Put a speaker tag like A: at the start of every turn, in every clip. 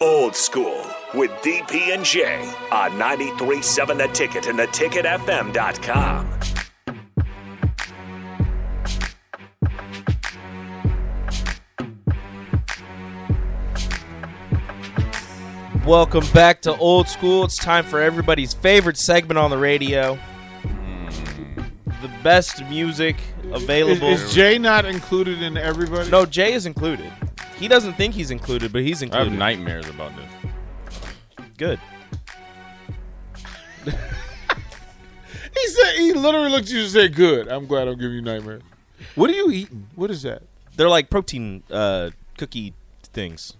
A: Old School with DP and J on 93.7 The Ticket and theticketfm.com.
B: Welcome back to Old School. It's time for everybody's favorite segment on the radio. The best music
C: Is,
B: available.
C: is Jay not included in everybody?
B: no, Jay is included. He doesn't think he's included, but he's
D: I have
B: included.
D: nightmares about this.
B: Good.
C: he said he literally looked at you and said, "Good. I'm glad I'm giving you nightmares." What are you eating? What is that?
B: They're like protein uh, cookie things.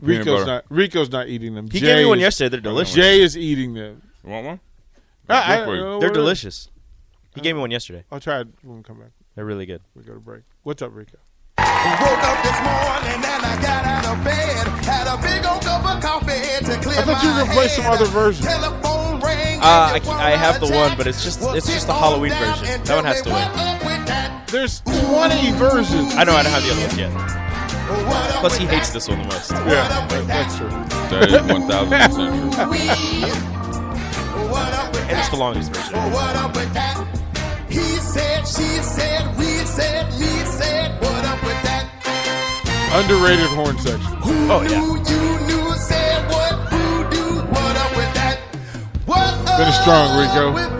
D: Peanut
C: Rico's
D: butter.
C: not. Rico's not eating them.
B: He
C: Jay
B: gave me one
C: is-
B: yesterday. They're delicious.
C: Jay is eating them.
D: You want one?
C: I, I
D: Look
C: don't
D: for you.
C: know
B: They're
C: Oh, what-
B: delicious. He gave me one yesterday.
C: I'll try it when we come back.
B: They're really good.
C: We go to break. What's up, Rico?
E: Woke up this morning and I got out of bed. Had a big old cup of coffee to clear
C: I thought you were gonna
E: my
C: play some
E: head.
C: other version.
E: Telephone rang.
B: Uh,
E: and
B: I-
E: you
B: I have the
E: wanna
B: one,
E: chat.
B: but it's just-
E: Well,
B: it's just
E: sit
B: the
E: on
B: Halloween
E: down
B: version.
E: and
B: That one
E: tell
B: has
E: me
B: to
E: what up with that.
C: There's 20 versions.
B: I know I don't have the other one yet.
E: What up
B: Plus, he
E: with
B: hates
E: that?
B: this one the most.
E: What up with
C: That's
E: that?
C: true.
D: That is one thousand percent true.
E: What up with
B: And it's
E: that? Oh,
B: the longest version.
E: What up with that? He said, she said, we said, me said. What up with that?
C: Underrated horn section.
E: Who
B: Oh,
E: knew
B: yeah.
E: you knew said what who do what up with that? What
C: Finish
E: up
C: strong, Rico.
E: with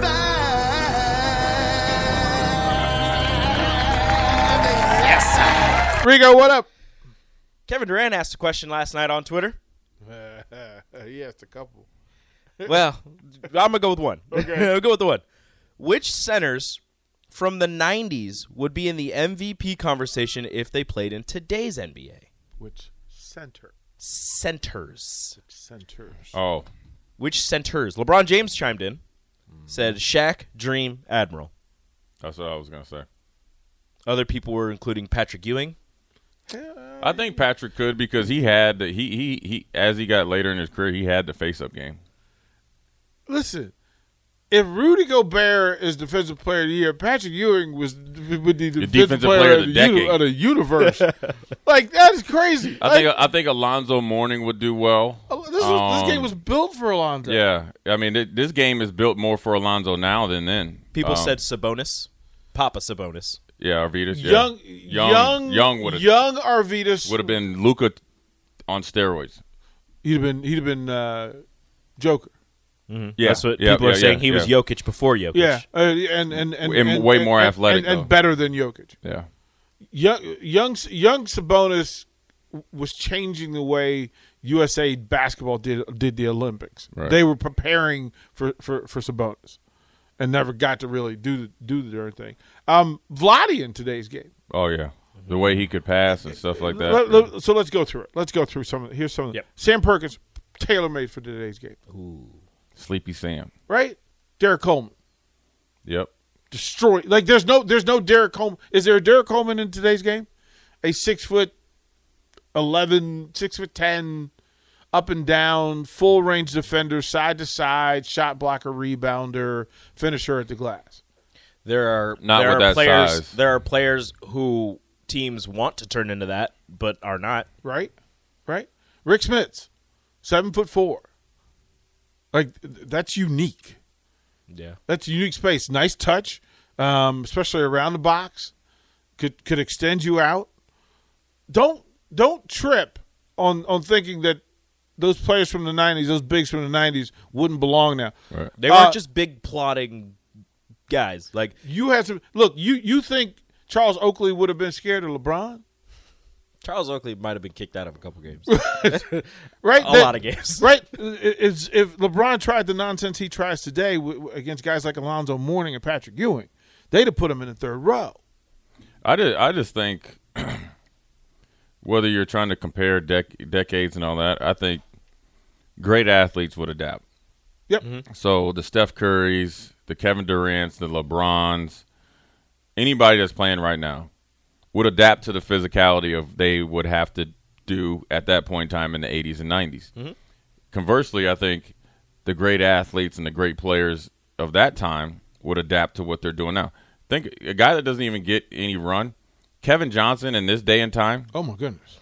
E: that?
C: Rico, what up?
B: Kevin Durant asked a question last night on Twitter.
C: he asked a couple.
B: Well, I'm gonna go with one. I'll go with the one. Which centers from the '90s would be in the MVP conversation if they played in today's NBA?
C: Which center?
B: Centers.
C: Centers.
D: Oh,
B: Which centers? LeBron James chimed in,
C: Mm.
B: said Shaq, Dream, Admiral.
D: that's what I was gonna say.
B: Other people were including Patrick Ewing.
D: I think Patrick could because he had the, he he he as he got later in his career he had the face up game.
C: Listen, if Rudy Gobert is defensive player of the year, Patrick Ewing was would be the defensive, player, of, the
D: decade.
C: uni- of the universe. like that is crazy.
D: I
C: Like, uh,
D: think I think Alonzo Mourning would do well.
B: Oh,
C: this, was,
D: um,
C: this game was built for Alonzo.
D: Yeah, I mean th- this game is built more for Alonzo now than then.
B: People
D: Um,
B: said Sabonis, Papa Sabonis.
D: yeah, Arvidas. yeah.
C: Young,
D: Young-
C: young,
D: Young would've-
C: young Arvidas
D: would have been Luca on steroids.
C: He'd have been. He'd have been uh, Joker.
D: Yeah,
B: Hmm. That's what
D: yeah,
B: people
D: yeah,
B: are saying.
D: yeah,
B: he was
D: yeah.
B: Jokic before Jokic.
C: Yeah, uh, and, and and
D: And
C: and-
D: way
C: and-
D: more
C: and-
D: athletic,
C: and,
D: though.
C: and better than Jokic.
D: Yeah,
C: young young young Sabonis was changing the way USA basketball did did the Olympics.
D: Right.
C: They were preparing for, for for Sabonis, and never got to really do do the darn thing. Um, Vladi in today's game.
D: oh yeah, the way he could pass and stuff like that.
C: Let- let- so let's go through it. Let's go through some. Of, here's some. Of
B: Yep.
C: Sam Perkins, tailor made for today's game.
D: Sleepy Sam.
C: Right. Derek Coleman
D: Yep.
C: destroy. Like there's no there's no Derek Coleman. Is there a Derek Coleman in today's game? A six foot 11, six foot 10, up and down, full range defender, side to side, shot blocker, rebounder, finisher at the glass.
B: There are
D: Not
B: there
D: with
B: are
D: that
B: players.
D: size.
B: There are players who teams want to turn into that, but are not.
C: Right? Right? Rick Smiths, seven foot four. Like th- that's unique.
B: Yeah.
C: That's a unique space. Nice touch, um, especially around the box. Could could extend you out. Don't don't trip on on thinking that those players from the '90s, those bigs from the '90s, wouldn't belong now.
D: Right.
B: They weren't
C: Uh,
B: just big plotting guys. Like
C: You had to look. You you think Charles Oakley would have been scared of LeBron,
B: Charles Oakley might have been kicked out of a couple games,
C: right?
B: a lot of games.
C: Right, it's, if LeBron tried the nonsense he tries today w- w- against guys like Alonzo Mourning and Patrick Ewing, they'd have put him in the third row.
D: I just, I just think whether you're trying to compare dec- decades and all that, I think great athletes would adapt.
C: Yep.
D: So the Steph Currys, the Kevin Durant's, the LeBrons, anybody that's playing right now would adapt to the physicality of they would have to do at that point in time in the 80s and 90s. Conversely, I think the great athletes and the great players of that time would adapt to what they're doing now. Think a guy that doesn't even get any run, Kevin Johnson in this day and time
C: Oh my goodness.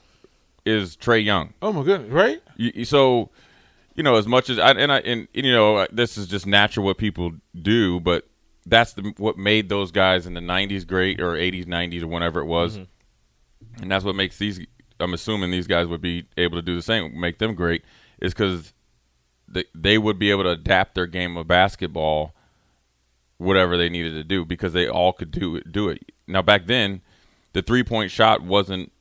D: is Trey Young.
C: Oh my goodness, right?
D: You, you- so, you know, as much as I and I and, and, you know, this is just natural what people do, but that's the, what made those guys in the '90s great or '80s, '90s, or whenever it was, and that's what makes these. I'm assuming these guys would be able to do the same, make them great, is because they, they would be able to adapt their game of basketball, whatever they needed to do, because they all could do it. Do it now. Back then, the three point shot wasn't,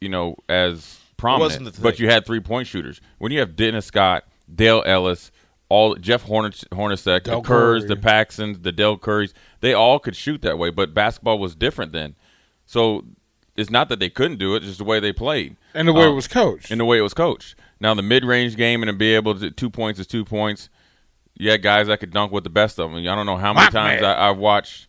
D: you know, as prominent,
B: the thing.
D: but you had three point shooters. When you have Dennis Scott, Dale Ellis, all Jeff Hornacek, Hornacek the
C: Del
D: Kerrs,
C: Curry.
D: the Paxons, the Dell Currys, they all could shoot that way. But basketball was different then, so it's not that they couldn't do it; it's just the way they played
C: And the way
D: Um,
C: it was coached.
D: in the way it was coached. Now the mid-range game and to be able to two points is two points. Yeah, guys, I could dunk with the best of them. I don't know how many
C: Ahmed.
D: times I, I've watched.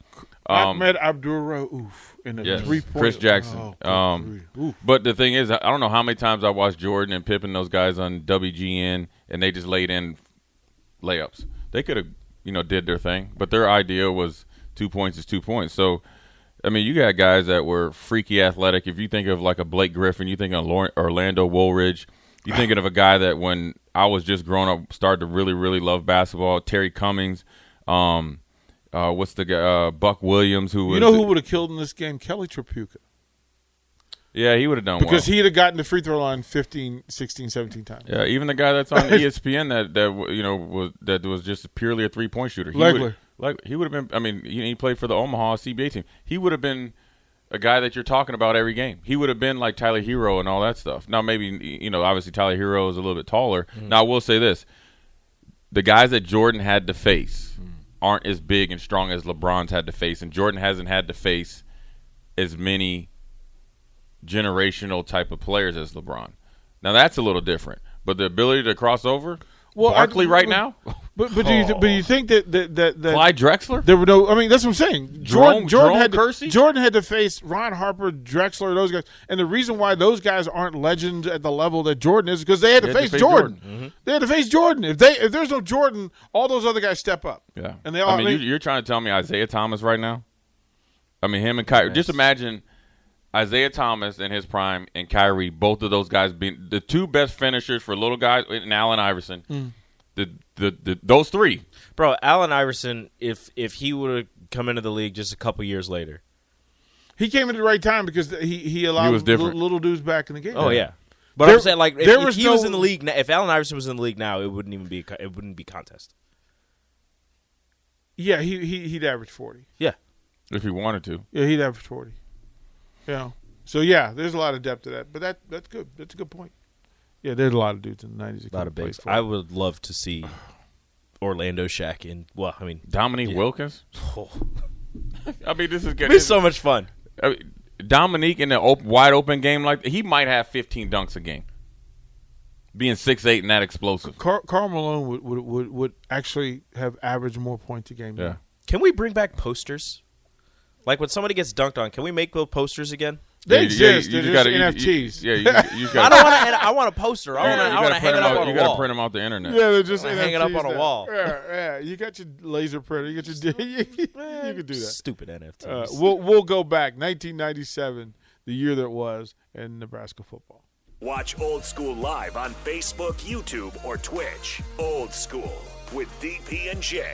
D: Um,
C: Ahmed Abdul Rauf in a oh,
D: yes,
C: three point.
D: Chris Jackson. um, but the thing is, I I don't know how many times I watched Jordan and Pippen, those guys on WGN, and they just laid in layups. They could have, you know, did their thing, but their idea was two points is two points. So, I mean, you got guys that were freaky athletic. If you think of like a Blake Griffin, you think of Lor- Orlando Woolridge. You thinking of a guy that when I was just growing up started to really, really love basketball. Terry Cummings. Um, uh, what's the guy? Uh, Buck Williams, who was
C: you know who would have killed in this game? Kelly Trapuka.
D: Yeah, he would have done well.
C: Because he'd have gotten the free throw line 15, 16, 17 times.
D: Yeah, even the guy that's on E ESPN that that you know was that was just purely a three point shooter. He
C: Legler.
D: would- Like he would have been. I mean, he, he played for the Omaha CBA team. He would have been a guy that you're talking about every game. He would have been like Tyler Hero and all that stuff. Now maybe you know, obviously Tyler Hero is a little bit taller. Now I will say this: the guys that Jordan had to face aren't as big and strong as LeBron's had to face, and Jordan hasn't had to face as many generational type of players as LeBron. Now that's a little different, but the ability to cross over,
C: Well, I-
D: Barkley right now, Oh.
C: But but do you th- but do you think that that that, that
D: Clyde Drexler,
C: there were no? I mean, that's what I'm saying. Jordan Jordan
D: Jerome- Jerome
C: had to,
D: Kersey?
C: Jordan had to face Ron Harper, Drexler, those guys, and the reason why those guys aren't legends at the level that Jordan is because they had to face Jordan. They had to face Jordan. If they if there's no Jordan, all those other guys step up.
D: yeah.
C: and they all.
D: I mean, you, you're trying to tell me Isaiah Thomas right now? I mean, him and Kyrie. Just imagine Isaiah Thomas in his prime and Kyrie, both of those guys being the two best finishers for little guys, and Allen Iverson.
C: Hmm.
D: The, the the those three.
B: Bro, Allen Iverson, if if he would have come into the league just a couple years later.
C: he came at the right time because he he allowed
D: He was
C: li-
D: different.
C: little, dudes back in the game.
B: Oh yeah. But
C: There-
B: I'm saying like if,
C: there
B: if
C: was
B: he was
C: no-
B: in the league now, if Allen Iverson was in the league now, it wouldn't even be a co- it wouldn't be contest.
C: yeah. He he he'd average forty.
B: Yeah.
D: If he wanted to,
C: Yeah, he'd average forty. Yeah. So yeah, there's a lot of depth to that, but that that's good. That's a good point. Yeah, there's a lot of dudes in the '90s. that
B: A lot
C: couldn't
B: of
C: play
B: bigs.
C: for
B: I would love to see Orlando Shack in well, I mean,
D: Dominique
B: Yeah.
D: Wilkins.
B: oh,
D: I mean, this is
B: it'd
D: getting
B: be so much fun.
D: I mean, Dominique in the op- wide open game like he might have 15 dunks a game, being six eight and that explosive.
C: Car- Carl Malone would, would would would actually have averaged more points a game. than-
D: Yeah.
B: Can we bring back posters? Like when somebody gets dunked on, can we make those posters again?
C: they
D: Yeah, you- yeah,
C: exist.
D: you- you
C: They're
D: gotta-
C: just
D: you-
C: NFTs.
D: You, yeah, you, you just
B: I
D: gotta,
B: don't want to. I want a poster. I want to. I want to hang it up on
D: You
B: a
D: gotta
B: wall.
D: print them out the internet.
C: Yeah, they're just
B: Hang it
C: NFTs
B: up on a
C: now.
B: wall.
C: Yeah, yeah. You got your laser printer. You got your. you could do that.
B: Stupid NFTs.
C: Uh, we'll we'll go back 1997, the year that was, in Nebraska football.
A: Watch Old School live on Facebook, YouTube, or Twitch. Old School with DP and J